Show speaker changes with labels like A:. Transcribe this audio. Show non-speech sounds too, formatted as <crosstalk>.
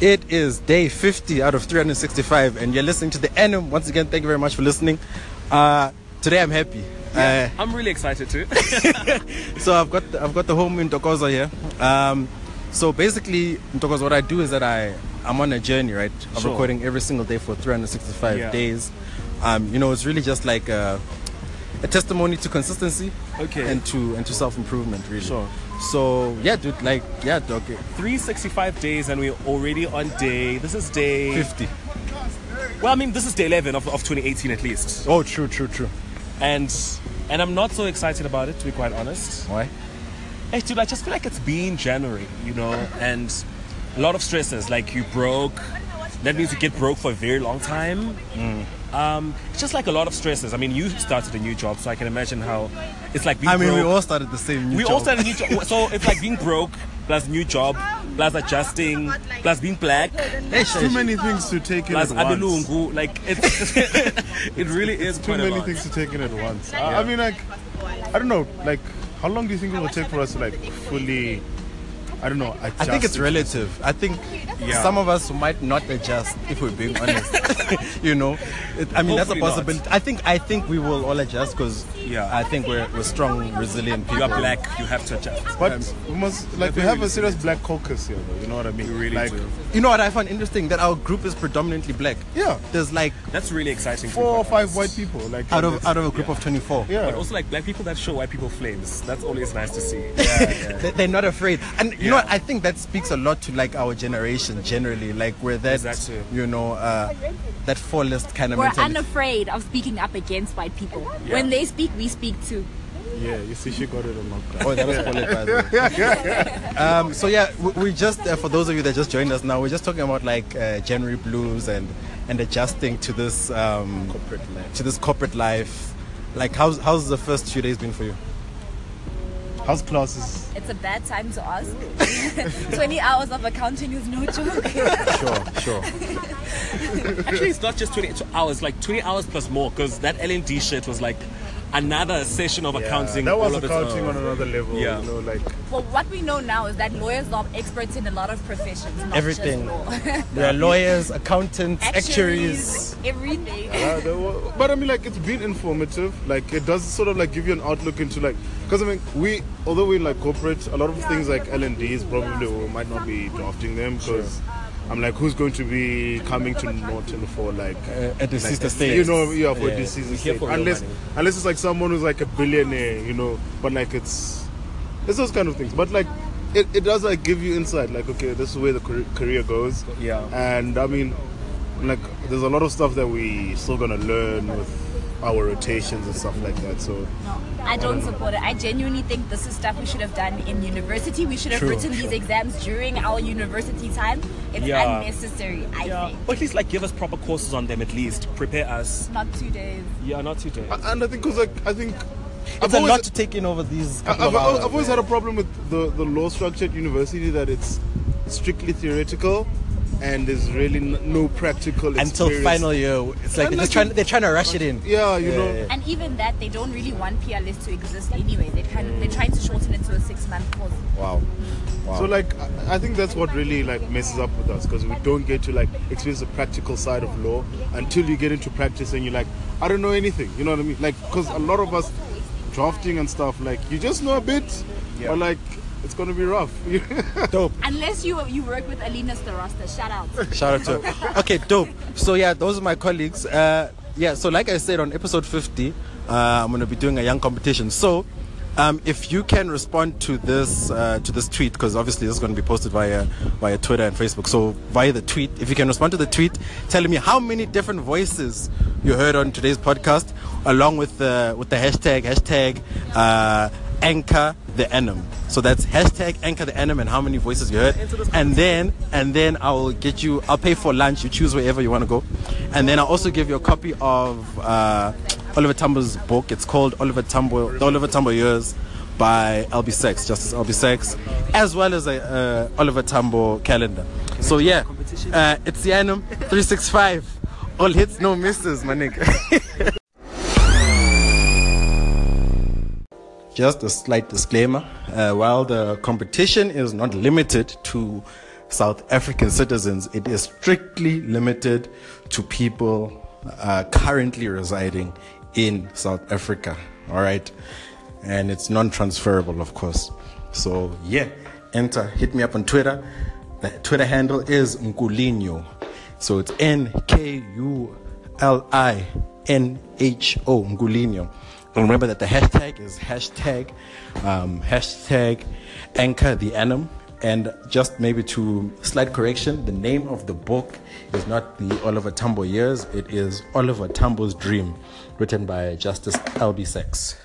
A: It is day 50 out of 365, and you're listening to the Enum. Once again, thank you very much for listening. Uh, today I'm happy. Uh,
B: I'm really excited too.
A: so I've got the, I've got the home in Tokoza here. Um, so basically, in Tokoza, what I do is that I I'm on a journey, right? I'm
B: Sure.
A: recording every single day for 365
B: Yeah.
A: days. Um, you know, it's really just like a, a testimony to consistency,
B: Okay.
A: and to and to self improvement, really.
B: Sure.
A: So yeah, dude, like yeah, dog,
B: 365 days and we're already on day. This is day.
A: 50.
B: Well, I mean, this is day 11 of, of 2018 at least.
A: Oh, true, true, true.
B: And and I'm not so excited about it, to be quite honest.
A: Why?
B: Hey, dude, I just feel like it's been January, you know, and a lot of stresses. Like you broke. That means you get broke for a very long time. Um, it's just like a lot of stresses. I mean, you started a new job, so I can imagine how it's like being
A: I mean, we
B: broke.
A: all started the same. New
B: we
A: job.
B: all started a new job. So it's like being broke plus new job plus adjusting plus being black
C: Too many things to take in
B: plus
C: at once.
B: abilungu. Like
C: <laughs>
B: it's, <laughs> it really is
C: Too
B: quite a
C: many
B: lot.
C: things to take in at once. I- I mean, like, I don't know, like, how long do you think it will take for us to like fully? I don't know. Adjust
A: I think it's
C: it?
A: relative. I think
B: Yeah.
A: some of us might not adjust if we're being honest. <laughs> you know, it, I mean that's a
B: Hopefully not.
A: possibility. I think I think we will all adjust because
B: Yeah.
A: I think we're, we're strong, resilient people.
B: You are black. You have to adjust.
C: But we must like we have a serious black caucus here, though. You know what I mean?
B: You really
C: like,
B: do.
A: You know what I find interesting that our group is predominantly black.
C: Yeah.
A: there's like
B: That's really exciting. to be
C: Four or
B: quite
C: five
B: honest.
C: white people, like
A: out
C: and
A: of
C: it's-
A: out of a group of 24.
C: yeah.
B: But also like black people that show white people flames. That's always nice to see.
A: They- They're not afraid, and you know
B: Yeah.
A: what? I think that speaks a lot to like our generation generally. Like we're that,
B: Exactly.
A: you know, uh, that four-list kind of
D: We're
A: mentality.
D: unafraid of speaking up against white people.
B: Yeah.
D: When they speak, we speak too.
C: yeah, you see, she got it on lockdown.
A: Oh, that was qualified. by the way. Um, so yeah, we, we just uh, for those of you that just joined us now, we're just talking about like uh, January blues and and adjusting to this um, corporate life. to this corporate life. Like how's how's the first few days been for you?
C: House classes.
D: It's a bad time to ask. <laughs> 20 hours of accounting is
C: <laughs>
D: no joke.
A: Sure, sure.
B: Actually, it's not just 22 hours. Like 20 hours plus more, because that LND shit was like another session of accounting.
C: that was
B: all of
C: accounting on
B: its own.
C: another level.
B: Yeah.
C: You know, like
D: well, what we know now is that lawyers are experts in a lot of professions, not
A: Everything.
D: just law.
C: <laughs>
A: There are lawyers, accountants, actuaries.
D: Actuaries, everything.
C: Yeah, there were- but I mean, like, it's been informative. Like, it does sort of like give you an outlook into like, because I mean, we although we like corporate, a lot of things like L and D's probably we might not be drafting them because I'm like, who's going to be coming to Norton for like
A: at the sister state.
C: you know, yeah, for
A: Yeah.
C: this season,
B: We're here
C: state.
B: for real
C: unless
B: money.
C: unless it's like someone who's like a billionaire, you know. But like, it's it's those kind of things. But like, it, it does like give you insight. Like, okay, this is where the career, career goes.
B: Yeah.
C: And I mean, like, there's a lot of stuff that we still gonna learn with our rotations and stuff like that. So
D: I don't support it. I genuinely think this is stuff we should have done in university. We should have
A: True,
D: written
A: true.
D: these exams during our university time. It's
B: Yeah.
D: unnecessary, I
B: Yeah.
D: think.
B: Or at least like give us proper courses on them. At least prepare us.
D: Not two days.
B: Yeah, not today.
C: and I think because like I think I've
A: It's a
C: always-
A: lot to take in over these.
C: I've,
A: Couple
C: I've,
A: of hours,
C: I've always
A: man.
C: had a problem with the, the law structure at university that it's strictly theoretical and there's really n- no practical
A: until
C: experience.
A: final year. It's like they're just trying. They're trying to rush it in.
C: Yeah, you know.
A: yeah.
D: And even that, they don't really want PLS to exist anyway. They kind of, they're trying to shorten it to a six-month course.
A: Wow. Wow.
C: So like, I- I think that's what really like messes up with us because we don't get to like experience the practical side of law until you get into practice and you're like, I don't know anything. You know what I mean? Like, because a lot of us drafting and stuff, like you just know a bit, but like it's gonna be rough. <laughs>
A: dope.
D: Unless you you work with Alina Starosta. Shout out.
A: Shout out to her. Okay, dope. So yeah, those are my colleagues. Uh, yeah, so like I said on episode 50, uh, I'm gonna be doing a young competition. So um, if you can respond to this uh, to this tweet, because obviously this is gonna be posted via via Twitter and Facebook. So via the tweet, if you can respond to the tweet, telling me how many different voices you heard on today's podcast, along with the with the hashtag hashtag. Uh, anchor the enum. So that's hashtag anchor the enum and how many voices you heard. And then and then I will get you I'll pay for lunch, you choose wherever you want to go. And then I'll also give you a copy of uh, Oliver Tambo's book. It's called Oliver Tambo The Oliver Tambo Years by LB Sex, Justice LB Sex, as well as a uh, Oliver Tambo calendar. So yeah, uh, it's the enum 365. All hits, no misses, my nigga. Just a slight disclaimer uh, while the competition is not limited to South African citizens, it is strictly limited to people uh, currently residing in South Africa. All right. And it's non transferable, of course. So, yeah, enter, hit me up on Twitter. The Twitter handle is Nkulino. So it's N K U L I N H O Ngulino. And remember that the hashtag is hashtag um, hashtag anchor the anim. And just maybe to slight correction, the name of the book is not the Oliver Tambo Years, it is Oliver Tambo's Dream, written by Justice L.B. Sachs.